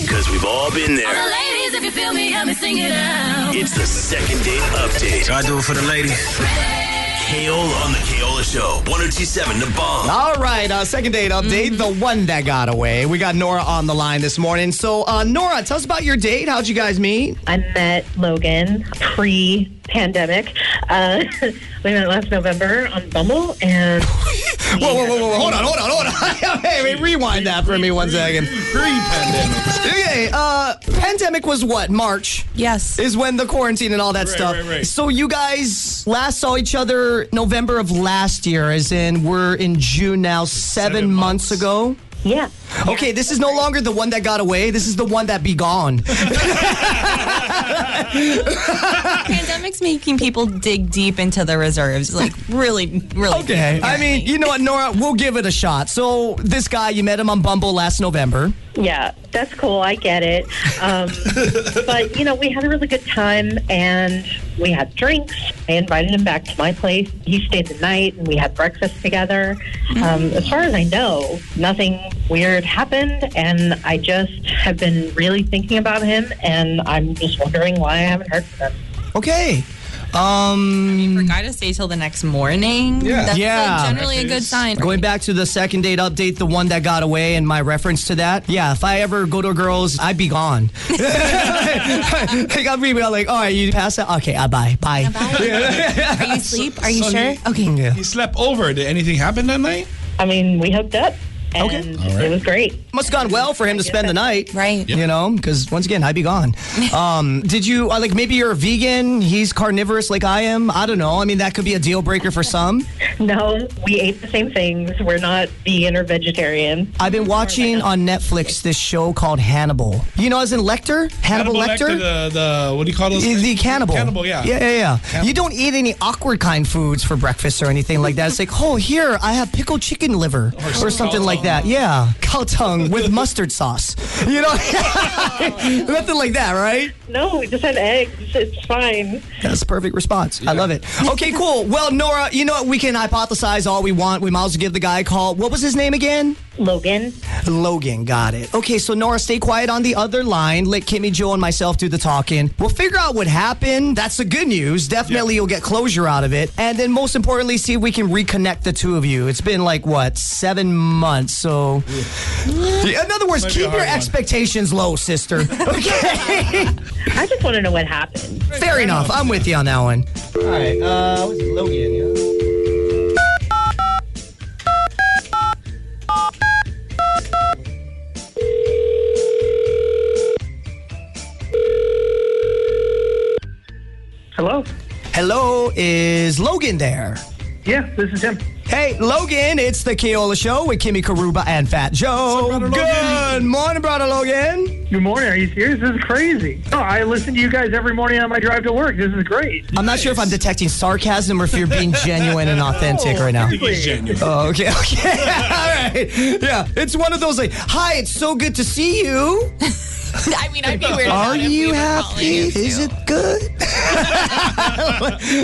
We've all been All the there. ladies, if you feel me, help me sing it out. It's the second date update. I do it for the ladies. Kaola on the Kaola Show. 1027 The Bomb. All right, uh, second date update, the one that got away. We got Nora on the line this morning. So, uh, Nora, tell us about your date. How'd you guys meet? I met Logan pre pandemic. Uh, we met last November on Bumble, and Whoa, whoa, whoa, whoa, whoa. Hold on, hold on, hold on. hey, wait, rewind that for me one second. Pre-pandemic. Okay, uh, pandemic was what? March Yes. is when the quarantine and all that stuff. right, right. So, you guys last saw each other November of last year, as in we're in June now, seven, Seven months. months. ago. yeah. Okay, this is no longer the one that got away. This is the one that be gone. Pandemic's making people dig deep into their reserves. Like, really, really. Okay. I mean, you know what, Nora? We'll give it a shot. So, this guy, you met him on Bumble last November. Yeah, that's cool. I get it. Um, but, you know, we had a really good time and we had drinks. I invited him back to my place. He stayed the night and we had breakfast together. Um, as far as I know, nothing weird happened. And I just have been really thinking about him. And I'm just wondering why I haven't heard from him. Okay. Um, For a guy to stay till the next morning, yeah. that's like, Yeah. generally a good sign. Going back to the second date update, the one that got away, and my reference to that. Yeah, if I ever go to a girl's, I'd be gone. like, I'll be like, all right, you pass out. Okay, I bye. Bye. Are you asleep? Are you sure? Okay. Yeah. He slept over. Did anything happen that night? I mean, we hooked up. And it was great. Must have gone well for him to spend the night. Oh, Right. You know, because once again, I'd be gone. Um, did you, uh, like, maybe you're a vegan, he's carnivorous like I am? I don't know. I mean, that could be a deal breaker for some. No, we ate the same things. We're not vegan or vegetarian. I've been watching on Netflix this show called Hannibal. You know, as in Lecter, Hannibal, Lecter. The, the, what do you call those? the, the things? cannibal. Cannibal, yeah. Yeah, yeah, yeah. You don't eat any awkward kind foods for breakfast or anything like that. It's like, oh, here, I have pickled chicken liver or, something like that. Yeah. Cow tongue with mustard sauce. You know, nothing like that, right? No, we just had eggs. It's fine. That's a perfect response. I love it. Okay, cool. Well, Nora, you know what? We can hypothesize all we want. We might as well give the guy a call. What was his name again? Logan, Logan, got it. Okay, so Nora, stay quiet on the other line. Let Kimmy, Joe, and myself do the talking. We'll figure out what happened. That's the good news. Definitely you'll get closure out of it. And then most importantly, see if we can reconnect the two of you. It's been like, what, seven months? So, in other words, Might be a keep your hard one. expectations low, sister. Okay? I just want to know what happened. Fair enough. I'm with you on that one. All right, uh, what's Logan? Hello. Hello, is Logan there? Yeah, this is him. Hey, Logan, it's the Keola Show with Kimmy Karuba and Fat Joe. Good morning, brother Logan. Good morning. Are you serious? This is crazy. No, I listen to you guys every morning on my drive to work. This is great. I'm not sure if I'm detecting sarcasm or if you're being genuine and authentic right now. He's genuine. Oh, okay, okay. All right. Yeah, it's one of those like, hi, it's so good to see you. I mean, I'd be weird. Are about it if we you were calling happy? you, Is too. it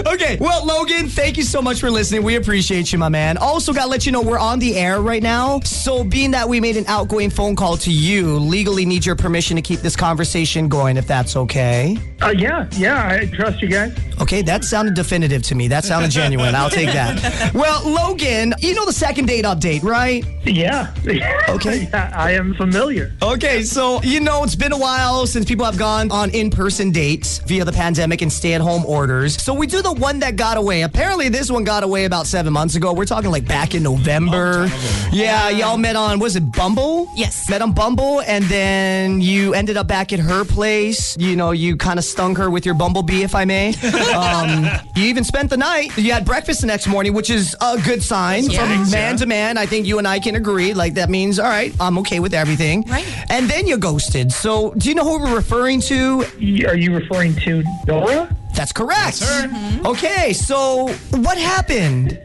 good? okay. Well, Logan, thank you so much for listening. We appreciate you, my man. Also, got to let you know we're on the air right now. So, being that we made an outgoing phone call to you, legally need your permission to keep this conversation going, if that's okay. Uh, yeah, yeah. I trust you guys. Okay, that sounded definitive to me. That sounded genuine. I'll take that. Well, Logan, you know the second date update, right? Yeah. Okay. yeah, I am familiar. Okay, so you know it's been a while since people have gone on in-person dates via the pandemic and stay-at-home orders. So we do the one that got away. Apparently, this one got away about seven months ago. We're talking like back in November. Yeah, y'all met on was it Bumble? Yes. met on Bumble, and then you ended up back at her place. You know, you kind of stung her with your bumblebee, if I may. um, you even spent the night. You had breakfast the next morning, which is a good sign Yeah. from man to man. I think you and I can agree. Like that means, all right, I'm okay with everything. Right. And then you ghosted. So, do you know who we're referring to? Y- Are you referring to Nora? That's correct. Mm-hmm. Okay, so what happened?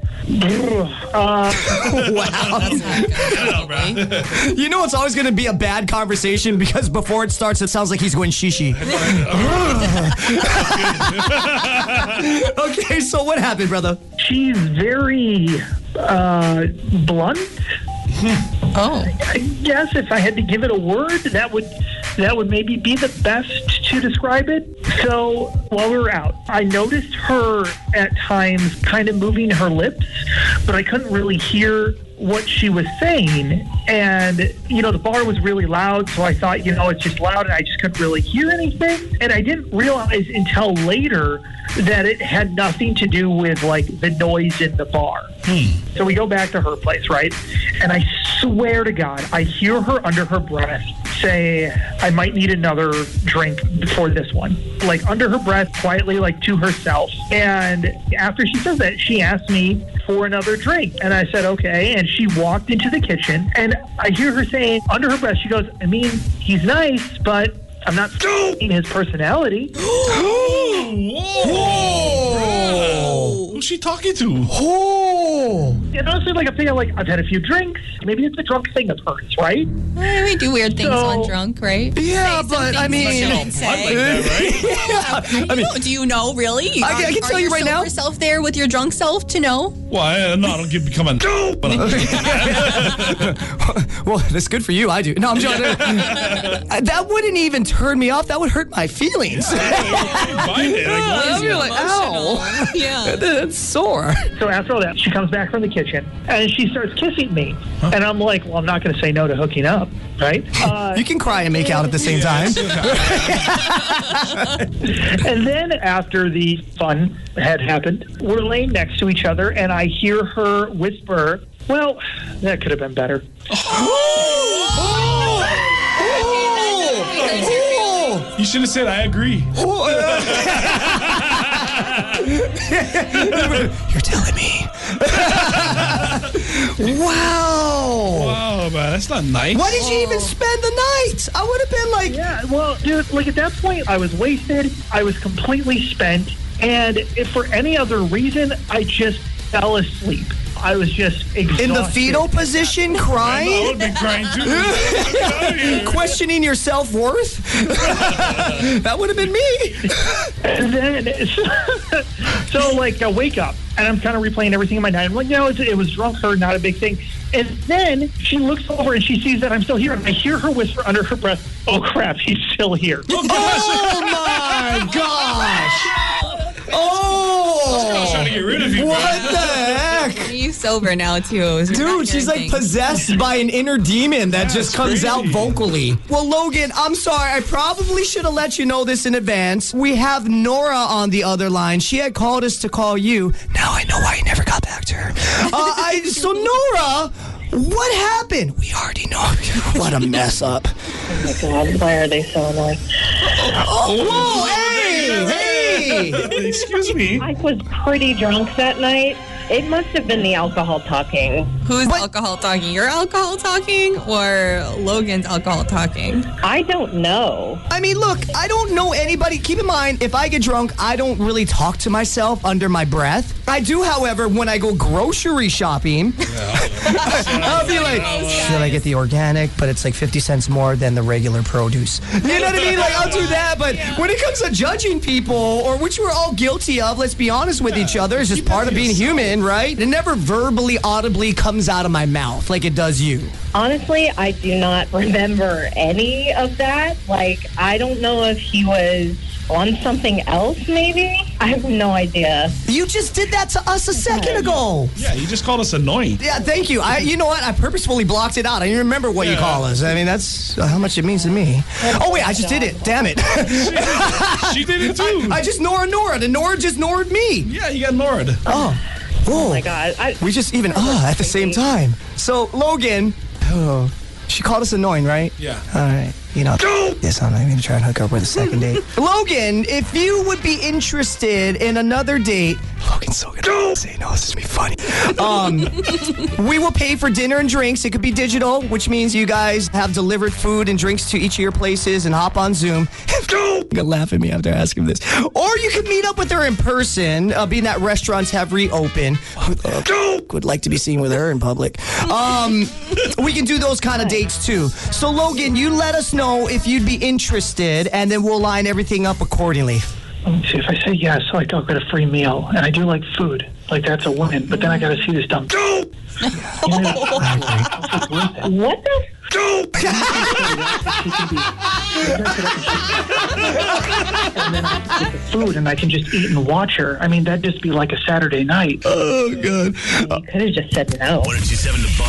Uh, Wow. Probably. you know, it's always going to be a bad conversation because before it starts, it sounds like he's going shishi. okay, so what happened, brother? she's very uh, blunt. Oh, Oh. I guess if I had to give it a word, that would That would maybe be the best to describe it. So while we were out, I noticed her at times kind of moving her lips, but I couldn't really hear what she was saying. And, you know, the bar was really loud, so I thought, you know, it's just loud and I just couldn't really hear anything. And I didn't realize until later that it had nothing to do with like the noise in the bar. So we go back to her place, right? And I swear to God, I hear her under her breath say, I might need another drink before this one. Like under her breath, quietly, like to herself. And after she says that, she asked me for another drink. And I said, okay. And she walked into the kitchen. And I hear her saying under her breath, she goes, I mean, he's nice, but I'm not in his personality. Whoa! Who's she talking to? Oh, And honestly, like I'm thinking, like, I've had a few drinks. Maybe it's the drunk thing of hers, right? Eh, we do weird things So- when drunk, right? yeah, Say some but I things you mean, shouldn't say. I mean, do you know really? I can- I can Are tell you your right now. sober Self there with your drunk self to know. Well, I, no, I don't give become a. But I- well, that's good for you. I do. No, I'm joking. Uh, that wouldn't even turn me off. That would hurt my feelings. I find it. Like, I'd be like, Emotional. ow, Yeah. that's sore. So after all that, she comes back from the kitchen and she starts kissing me. And I'm like, well, I'm not going to say no to hooking up, right? Uh, You can cry and make out at the same time. and then after the fun had happened, we're laying next to each other and I hear her whisper, well, that could have been better. you should have said, I agree. You're telling me. wow. Oh, man, that's not nice. Why did you even spend the night? I would have been like, Yeah, well, dude, like at that point, I was wasted. I was completely spent. And if for any other reason, I just fell asleep. I was just exhausted. in the fetal position, I crying, would have been crying too. Get out of here. questioning your self worth. that would have been me. And then, so, so, like, I wake up and I'm kind of replaying everything in my mind. I'm like, no, it, it was drunk her, not a big thing. And then she looks over and she sees that I'm still here. And I hear her whisper under her breath, oh crap, he's still here. Oh my gosh. Oh. trying to get rid of you. man. What the heck? You sober now too. so you're not Dude, she's like hearing things. possessed by an inner demon that just comes crazy. out vocally. Well, Logan, I'm sorry. I probably should have let you know this in advance. We have Nora on the other line. She had called us to call you. Now I know why you never got back to her. Uh, I, so, Nora, what happened? We already know. what a mess up. God, why are they so annoying? Whoa, hey, hey. Excuse me. I was pretty drunk that night. It must have been the alcohol talking. Who's What? alcohol talking? Your alcohol talking or Logan's alcohol talking? I don't know. I mean, look, I don't know anybody. Keep in mind, if I get drunk, I don't really talk to myself under my breath. I do, however, when I go grocery shopping, I'll be like, should I get the organic? But it's like 50 cents more than the regular produce. You know what I mean? Like, I'll do that. But when it comes to judging people, or which we're all guilty of, let's be honest with each other, it's just part of being human, right? It never verbally, audibly comes out of my mouth like it does you. Honestly, I do not remember any of that. Like, I don't know if he was on something else, maybe? I have no idea. You just did that to us a second ago. Yeah, you just called us annoying. Yeah, thank you. I, you know what? I purposefully blocked it out. I didn't remember what you Yeah. call us. I mean, that's how much it means to me. Oh wait, I just did it. Damn it! She did it too. I just Nora Nora. The Nora just Nora'd me. yeah, you got Nord. Oh, oh My God. I, We just even ah at the same time. So Logan, oh, she called us annoying, right? Yeah. All right. You know, yes, I'm not even gonna try and hook up with a second date. Logan, if you would be interested in another date, Logan's so good. at Say no, this is gonna be funny. Um, we will pay for dinner and drinks. It could be digital, which means you guys have delivered food and drinks to each of your places and hop on Zoom. You're gonna laugh at me after asking this. Or you could meet up with her in person, uh, being that restaurants have reopened. Uh, would like to be seen with her in public. Um, we can do those kind of dates too. So, Logan, you let us know if you'd be interested, and then we'll line everything up accordingly. Let me see. If I say yes, like I'll get a free meal, and I do like food, like that's a win. But then I got to see this dumb. what the Joe! She can be and then I get the food and I can just eat and watch her. I mean, that'd just be like a Saturday night. Oh, God. You could have just said 1027 no. The Bomb.